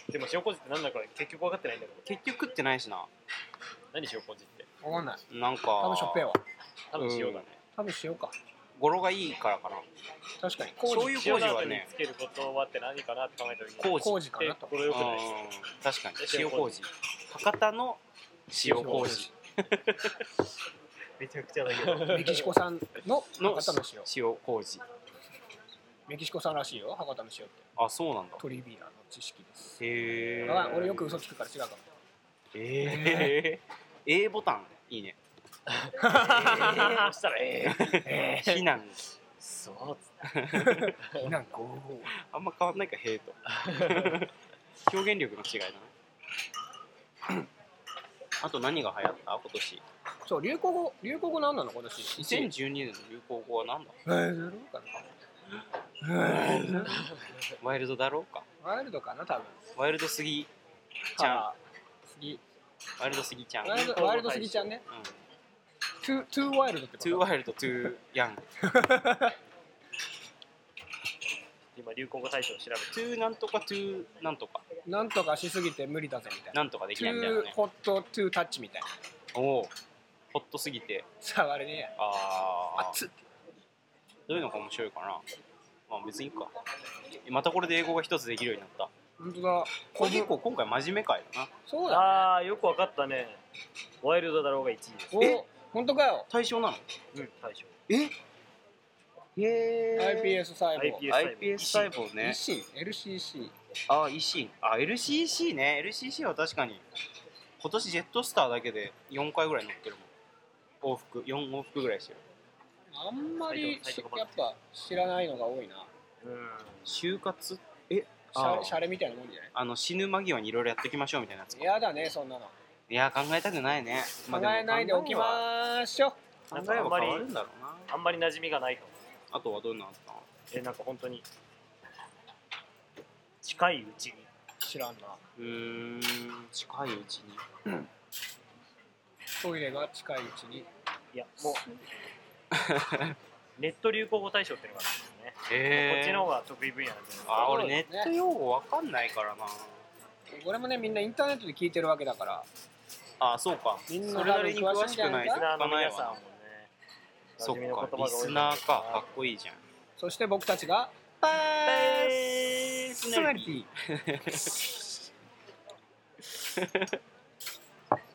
Speaker 2: たでも塩�麹って何だか結局分かってないんだけど
Speaker 3: 結局食ってないしな
Speaker 2: 何塩麹って
Speaker 4: あ分かんない
Speaker 3: なんか
Speaker 4: 多分しょっぺーは
Speaker 2: 多分塩だね
Speaker 4: 多分しようか
Speaker 3: 語呂がいいからかな
Speaker 4: 確かに
Speaker 3: 醤
Speaker 4: 麹
Speaker 3: 油
Speaker 2: 塩
Speaker 3: 麹
Speaker 2: の後
Speaker 3: は
Speaker 2: に
Speaker 3: ね
Speaker 2: つけることはって何かなって考えた時に
Speaker 3: 麹
Speaker 4: 麹かな
Speaker 2: って
Speaker 4: と
Speaker 2: これよくな
Speaker 3: う
Speaker 2: い
Speaker 3: ん確 かに
Speaker 2: 塩
Speaker 3: 塩
Speaker 2: 麹
Speaker 3: 麹博多の塩麹
Speaker 2: めちゃくちゃだけど
Speaker 4: メキシコ産の
Speaker 3: の
Speaker 4: 博多の塩
Speaker 3: 塩麹
Speaker 4: メキシコ産らしいよ博多の塩って
Speaker 3: あそうなんだ
Speaker 4: トリビアの知識です
Speaker 3: へえ
Speaker 4: あ俺よく嘘つくから違うかも
Speaker 3: ええ A ボタンいい ね
Speaker 2: そしたらえ
Speaker 4: え
Speaker 2: え
Speaker 3: 避難
Speaker 2: そうっつって
Speaker 4: えなんかおー
Speaker 3: あんま変わんないかへえと 表現力の違いだね あと何が流行った今年
Speaker 4: そう流行語流行語なんなの今年
Speaker 3: 2012年の流行語は何だ
Speaker 4: えーゼロかなえーゼロ
Speaker 3: ワイルドだろうか
Speaker 4: ワイルドかな多分
Speaker 3: ワイルドすぎちゃん
Speaker 4: あー次
Speaker 3: ワイルドすぎちゃん
Speaker 4: ワイルドワイルドすぎちゃんね
Speaker 3: うん
Speaker 4: トゥトゥワイルドってこ
Speaker 3: トゥー
Speaker 4: と
Speaker 3: ワイルド、トゥーヤング。
Speaker 2: 今流行語大賞調べて
Speaker 3: トゥーなんとか、トゥーなんとか。
Speaker 4: なんとかしすぎて無理だぜみたいな
Speaker 3: なんとかでき
Speaker 4: ト
Speaker 3: ないみたいな
Speaker 4: ゥ
Speaker 3: ね。
Speaker 4: ホットトゥタッチみたいな
Speaker 3: おお。ホットすぎて。
Speaker 4: 触れねえ
Speaker 3: ああ。
Speaker 4: 熱っ
Speaker 3: どういうのが面白いかな。まあ別にいいか。またこれで英語が一つできるようになった。
Speaker 4: 本当だ
Speaker 3: これ結構今回真面目回だな。
Speaker 4: そうだ
Speaker 2: ああよく分かったねワイルドだろうが1位です
Speaker 4: ねお本当かよ
Speaker 3: 対象なの
Speaker 2: うん大賞
Speaker 3: えへ
Speaker 4: iPS 細胞
Speaker 2: iPS
Speaker 3: ー iPS 細胞
Speaker 4: 維
Speaker 3: ね。
Speaker 4: 新 LCC
Speaker 3: ああ、維新。あ、LCC ね。LCC は確かに。今年ジェットスターだけで4回ぐらい乗ってるもん。往復、4往復ぐらいしてる。
Speaker 4: あんまり
Speaker 2: 最
Speaker 4: し
Speaker 2: 後最後
Speaker 4: やっぱ知らないのが多いな
Speaker 2: うん
Speaker 3: 就活え
Speaker 4: シャ
Speaker 3: あ
Speaker 4: レシャレみたいなもんじゃない
Speaker 3: あの死ぬ間際にいろいろやっていきましょうみたいなやつか
Speaker 4: やだねそんなの
Speaker 3: いや考えたくないね、
Speaker 4: 考
Speaker 3: でも
Speaker 4: えないでおきまーしょ
Speaker 3: 考えは変わるんだろうな
Speaker 2: あんまり馴染みがないかも
Speaker 3: あとはどんなのあったの
Speaker 2: えなんか本当に近いうちに
Speaker 4: 知らんな
Speaker 3: うーん近いうちに
Speaker 4: トイレが近いうちに
Speaker 2: いやもうネット流行語大賞っていうのがあるんですねこっちの方が得意分野なんです
Speaker 3: あー
Speaker 4: そう
Speaker 3: 俺
Speaker 4: ですね
Speaker 3: ネット用語わかんないからな
Speaker 4: これもねみんなインターネットで聞いてるわけだから
Speaker 3: あーそうか
Speaker 4: みんな
Speaker 3: それなりに詳しくない
Speaker 2: リ
Speaker 3: と
Speaker 2: スナ
Speaker 3: 聞
Speaker 2: ー
Speaker 3: か
Speaker 2: の
Speaker 3: ない
Speaker 2: 皆さんも
Speaker 3: わ
Speaker 2: ね
Speaker 3: そっ
Speaker 2: 馴染みの
Speaker 3: か
Speaker 2: 言葉が多い
Speaker 3: リスナーかかっこいいじゃん
Speaker 4: そして僕たちがパーソナリティ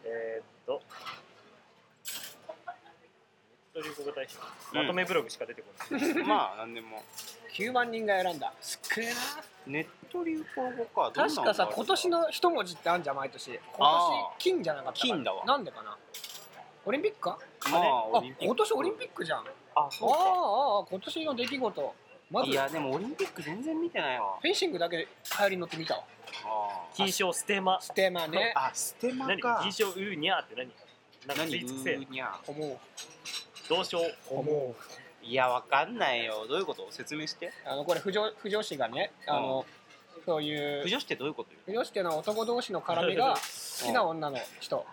Speaker 2: えーっとネット流行語大賞まとめブログしか出てこな い、
Speaker 3: まあなんでも
Speaker 4: 9万人が選んだ少な
Speaker 3: ネット流行語かどんなの
Speaker 4: 確か
Speaker 3: があ
Speaker 4: さ
Speaker 3: る
Speaker 4: 今年の一文字ってあんじゃん毎年今
Speaker 3: あ
Speaker 4: 年金じゃなかったかな
Speaker 3: 金だわ
Speaker 4: なんでかなオリンピックか
Speaker 3: まあ
Speaker 4: あ
Speaker 3: オリンピッ
Speaker 4: 今年オリンピックじゃんあ
Speaker 3: クあ
Speaker 4: あ
Speaker 3: そうか
Speaker 4: ああ今年の出来事まず
Speaker 3: い
Speaker 4: フ
Speaker 3: やでもオリンピック全然見てないわ
Speaker 4: ェンシングだけ流行りに乗ってみたわ
Speaker 3: あ
Speaker 2: 金賞ステマ
Speaker 4: ステマね
Speaker 3: あステマ
Speaker 2: 何
Speaker 3: か
Speaker 2: 金賞ウーニャーって何なんか
Speaker 3: 何
Speaker 2: ついつくせえ
Speaker 3: うーにゃ
Speaker 4: 思う
Speaker 2: 同賞
Speaker 4: 思う
Speaker 3: いやわかんないよどういうこと説明して
Speaker 4: あのこれ不条不条氏がねあのそうい
Speaker 3: 不
Speaker 4: う
Speaker 3: 女子ってどういうことよ
Speaker 4: 不条氏っていうのは男同士の絡みが好きな女の人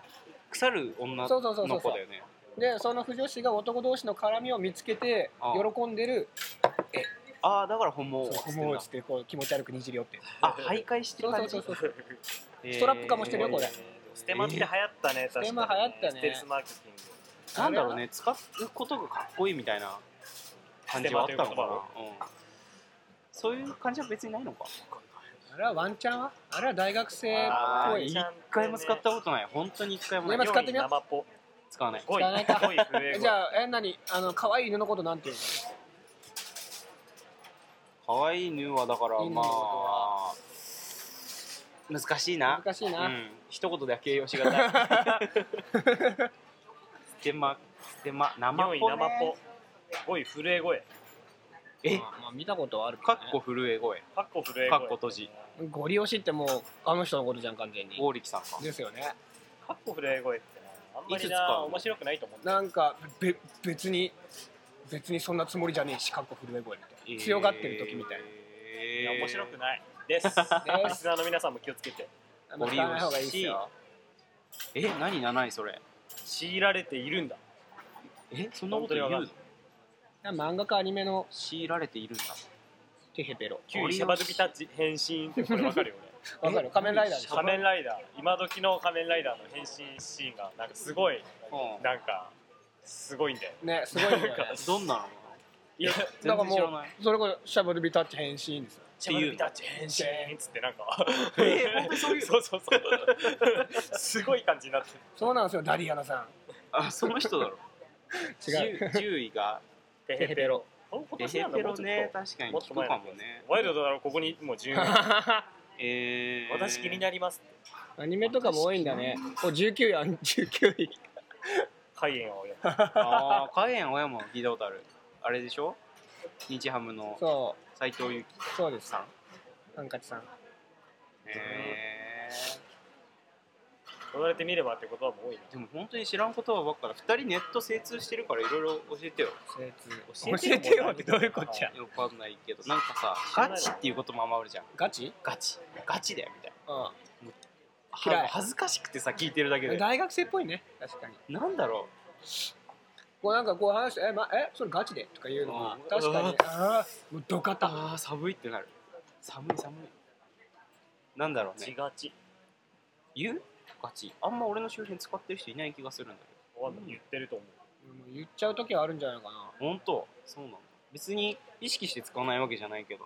Speaker 3: 腐る女
Speaker 4: そうそうそうそ
Speaker 3: の
Speaker 4: う
Speaker 3: 子
Speaker 4: そう
Speaker 3: だよね
Speaker 4: でその不女子が男同士の絡みを見つけて
Speaker 3: あ
Speaker 4: 喜んでる
Speaker 3: ああだからホモ
Speaker 4: そう
Speaker 3: ホ
Speaker 4: ホ
Speaker 3: モ
Speaker 4: モーっつってこう気持ち悪くにじり寄って
Speaker 3: あ徘徊して
Speaker 4: そ
Speaker 3: る
Speaker 4: うそ
Speaker 3: 感
Speaker 4: う
Speaker 3: じ
Speaker 4: そうそう
Speaker 3: ス
Speaker 4: ストラップかもしてるよこれ
Speaker 2: ステマって流行ったね、確かに
Speaker 4: ステマ流行ったね
Speaker 2: ステルスマーケティング
Speaker 3: なんだろうね使うことがかっこいいみたいな感じはあったのかな、うん、そういう感じは別にないのか
Speaker 4: あれはワンチャンはあれは大学生
Speaker 2: あ
Speaker 4: っ
Speaker 2: ー
Speaker 4: ぽ
Speaker 3: あ
Speaker 4: い
Speaker 3: 一回も使ったことない本当に一回もない
Speaker 4: 今使ってみよう
Speaker 2: 生っぽ
Speaker 3: 使わない
Speaker 2: ごい
Speaker 4: 使わないか
Speaker 2: ごい震え
Speaker 4: え
Speaker 2: 声
Speaker 4: じゃあえ何あの可愛い犬のことなんていう
Speaker 3: 可愛い犬はだから
Speaker 4: 犬
Speaker 3: ま
Speaker 4: のこと
Speaker 3: あ難しい
Speaker 4: の
Speaker 3: な
Speaker 4: 難しいな、
Speaker 3: うん、一言では形容しがたいステマステマ生っ
Speaker 2: 4位
Speaker 3: ぽ、
Speaker 2: 生
Speaker 3: ね
Speaker 2: っ、ぽごい震え声
Speaker 3: え
Speaker 4: まあまあ見たことはあるけど
Speaker 3: かっ
Speaker 4: ね
Speaker 3: こ震え声
Speaker 2: かっこ震え声
Speaker 3: かっこ閉じ
Speaker 4: ゴリ押しってもうあの人のことじゃん完全に
Speaker 3: 剛力さんか
Speaker 4: ですよね
Speaker 2: かっこ震え声ってなあんま
Speaker 3: いつ
Speaker 2: り
Speaker 3: 使う
Speaker 2: な
Speaker 3: の
Speaker 2: 面白くないと思うんだよ
Speaker 4: なんかべ別に別にそんなつもりじゃねえしかっこ震え声みたいな、強がってる時みたいな
Speaker 2: いや面白く
Speaker 3: い
Speaker 2: ないですリ
Speaker 4: です
Speaker 2: スナーの皆さんも気をつけて
Speaker 4: あんま使わない方がいいですよ
Speaker 3: え何7位それ
Speaker 2: 強いられているんだ
Speaker 3: えそんなこと言う
Speaker 2: 本当にわ
Speaker 3: の
Speaker 2: かんな
Speaker 4: 漫画かアニメの
Speaker 3: 強いられているんだ
Speaker 4: テヘペロ
Speaker 2: 9位シャバドゥビタッチ変身ってこれわかるよね
Speaker 4: わかる仮面ライダーでしょ
Speaker 2: 仮面ライダー今時の仮面ライダーの変身シーンがなんかすごい
Speaker 3: うん
Speaker 2: なんかすごいんだよ
Speaker 4: ねすごいんだよね
Speaker 3: どんなの
Speaker 2: いや
Speaker 4: だ
Speaker 3: 全
Speaker 4: か
Speaker 3: 然
Speaker 4: らも
Speaker 3: 知ら
Speaker 4: う
Speaker 3: ない
Speaker 4: それこそシャブルビタッチ変身ですよ
Speaker 2: シャバドゥビタッチ変身っつってなんか
Speaker 3: え本当にそういうの
Speaker 2: そうそうそうすごい感じになってる
Speaker 4: そうなんですよダリアナさ
Speaker 3: あその人だ ろ
Speaker 4: ん違う
Speaker 3: 10, 10位が
Speaker 2: テ
Speaker 4: テヘペロ
Speaker 2: 今
Speaker 3: デ
Speaker 2: 年
Speaker 3: ヘ
Speaker 2: なんだ
Speaker 3: ペ
Speaker 2: も
Speaker 3: ロ
Speaker 2: うちょっと
Speaker 3: ね確かに
Speaker 2: も
Speaker 3: 聞
Speaker 2: っと
Speaker 3: く
Speaker 2: 前
Speaker 3: か
Speaker 2: だ
Speaker 3: もね
Speaker 2: ワイルドだろここにもう10
Speaker 3: えー、
Speaker 2: 私気になります
Speaker 4: アニメとかも多いんだねお19位あん19位
Speaker 2: 海縁をや
Speaker 3: ああカエン親も聞いたことあるあれでしょ日ハムの
Speaker 4: そ
Speaker 3: 斎藤由貴
Speaker 4: うそうです
Speaker 3: さん
Speaker 4: ハンカチさん
Speaker 3: え
Speaker 2: 言われてみればってことはもう多いな
Speaker 3: ー、でも本当に知らん言葉ばっかり2人ネット精通してるからいろいろ教えてよ
Speaker 4: 精通
Speaker 2: 教えて
Speaker 4: 教えて
Speaker 2: よ
Speaker 4: よってどういうこっちゃ
Speaker 3: わかんないけどなんかさガチっていうこともあんまあるじゃん
Speaker 4: ガチ
Speaker 3: ガチガチだよみたいな
Speaker 4: う嫌
Speaker 3: 嫌
Speaker 4: い
Speaker 3: い恥ずかしくてさ聞いてるだけ
Speaker 4: ん
Speaker 3: で
Speaker 4: 大学生っぽいね確かに
Speaker 3: なんだろ
Speaker 4: こうなんかこう話して「え,、ま、えそれガチで?」とか言うのは
Speaker 3: うん
Speaker 4: 確かに
Speaker 3: う
Speaker 4: ああもうドカ
Speaker 3: う
Speaker 4: タ
Speaker 3: あー寒いってなる寒い寒いなんだろう
Speaker 2: ち
Speaker 3: ね
Speaker 2: がち
Speaker 3: 言うガチあんま俺の周辺使ってる人いない気がするんだけ
Speaker 2: わかんない言ってると思う
Speaker 4: うん言っちゃう時はあるんじゃないかな
Speaker 3: ど本当そうなんだ別に意識して使わないわけじゃないけど、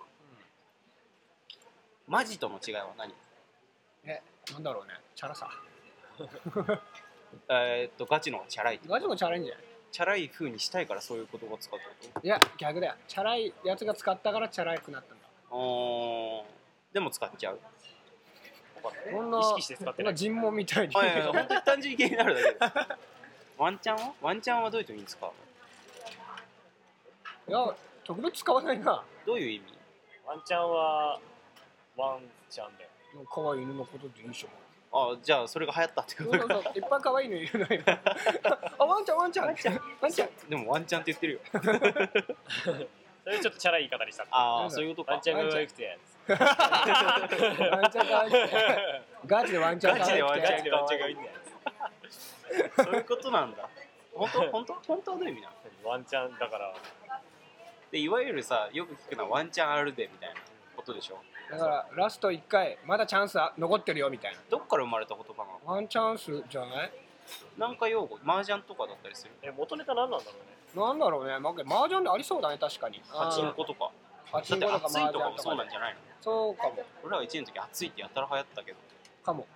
Speaker 3: マジとの違いは何
Speaker 4: なんだろうねチャラさ
Speaker 3: えー、っとガチの方がチャラいって
Speaker 4: ガチもチャラいんじゃない
Speaker 3: チャラい風にしたいからそういう言葉使ったこ
Speaker 4: いや逆だよチャラいやつが使ったからチャラくなったんだ
Speaker 3: とあーでも使っちゃう
Speaker 2: わかんない
Speaker 4: こんな
Speaker 2: 意識して使って
Speaker 4: こん
Speaker 2: な
Speaker 4: ない尋問みたいに
Speaker 3: はいはいや本当に単純に気になるだけでワンチャンはワンチャンはどういう時に使うの
Speaker 4: いや特別使わないな
Speaker 3: どういう意味
Speaker 2: ワンチャンはワンチャンだよ
Speaker 4: もう可愛い犬のことでいいでしょ
Speaker 3: あじゃあそれが流行ったってこ
Speaker 4: そう
Speaker 3: と
Speaker 4: そうそういっぱい可愛い犬いるのよあワンちゃんワンちゃんワンちゃんワンちゃん
Speaker 3: でもワンチャンって言ってるよ
Speaker 2: それちょっとチャラい言い方にした
Speaker 3: あ
Speaker 4: な
Speaker 3: あ
Speaker 4: んだ
Speaker 3: そういうことか
Speaker 2: ワンチャンが可愛くて
Speaker 4: ワンちゃん可愛いガチでワンちゃん可愛い
Speaker 3: ガチでワンちゃん
Speaker 2: が可愛いんだよ
Speaker 3: そういうことなんだ本 当本当本当はどういう意味なの
Speaker 2: ワンチャンだから
Speaker 3: でいわゆるさよく聞くのはワンチャンあるでみたいなことでしょ
Speaker 4: だからラスト1回まだチャンスあ残ってるよみたいな
Speaker 3: どっから生まれた言葉なの
Speaker 4: ワンチャンスじゃない
Speaker 3: なんか用語麻雀とかだったりする
Speaker 2: え元ネタ何なんだろうね
Speaker 4: なんだろうね、まあ、麻雀でありそうだね、確かに。
Speaker 3: パチン
Speaker 4: あ
Speaker 3: コとか
Speaker 4: ーパチ
Speaker 3: だっ
Speaker 4: ン
Speaker 3: て
Speaker 4: コとか
Speaker 3: 熱
Speaker 4: 麻
Speaker 3: いと
Speaker 4: 雀と
Speaker 3: か
Speaker 4: か
Speaker 3: も
Speaker 4: で。
Speaker 3: そうなんじゃないの
Speaker 4: そうかも、
Speaker 3: 俺らが1年の時熱いってやたら流行ったけど
Speaker 4: かも。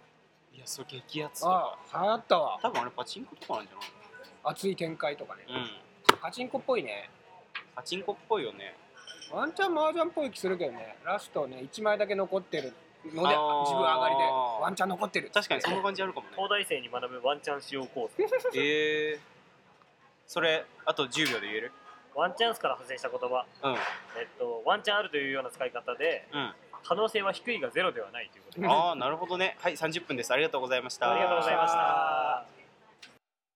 Speaker 3: いやそれ激アツと
Speaker 4: あ
Speaker 3: か
Speaker 4: あ、流行ったわ。
Speaker 3: 多分あれパチンコとかなんじゃ
Speaker 4: 熱い展開とかね。
Speaker 3: ないのうん
Speaker 4: パチンコっぽいね。
Speaker 3: パチンコっぽいよね
Speaker 4: ワンチャン麻雀っぽい気するけどね、ラストね、1枚だけ残ってるので自分上がりでワンチャン残ってる
Speaker 3: 確か にそんな感じあるかもね
Speaker 2: 東大生に学ぶワンチャン使用講座
Speaker 3: えー、それあと10秒で言える
Speaker 2: ワンチャンスから派生した言葉、
Speaker 3: うん
Speaker 2: えっと、ワンチャンあるというような使い方で、
Speaker 3: うん
Speaker 2: 可能性は低いがゼロではないということです。
Speaker 3: ああなるほどねはい30分ですありがとうございました
Speaker 2: ありがとうございました。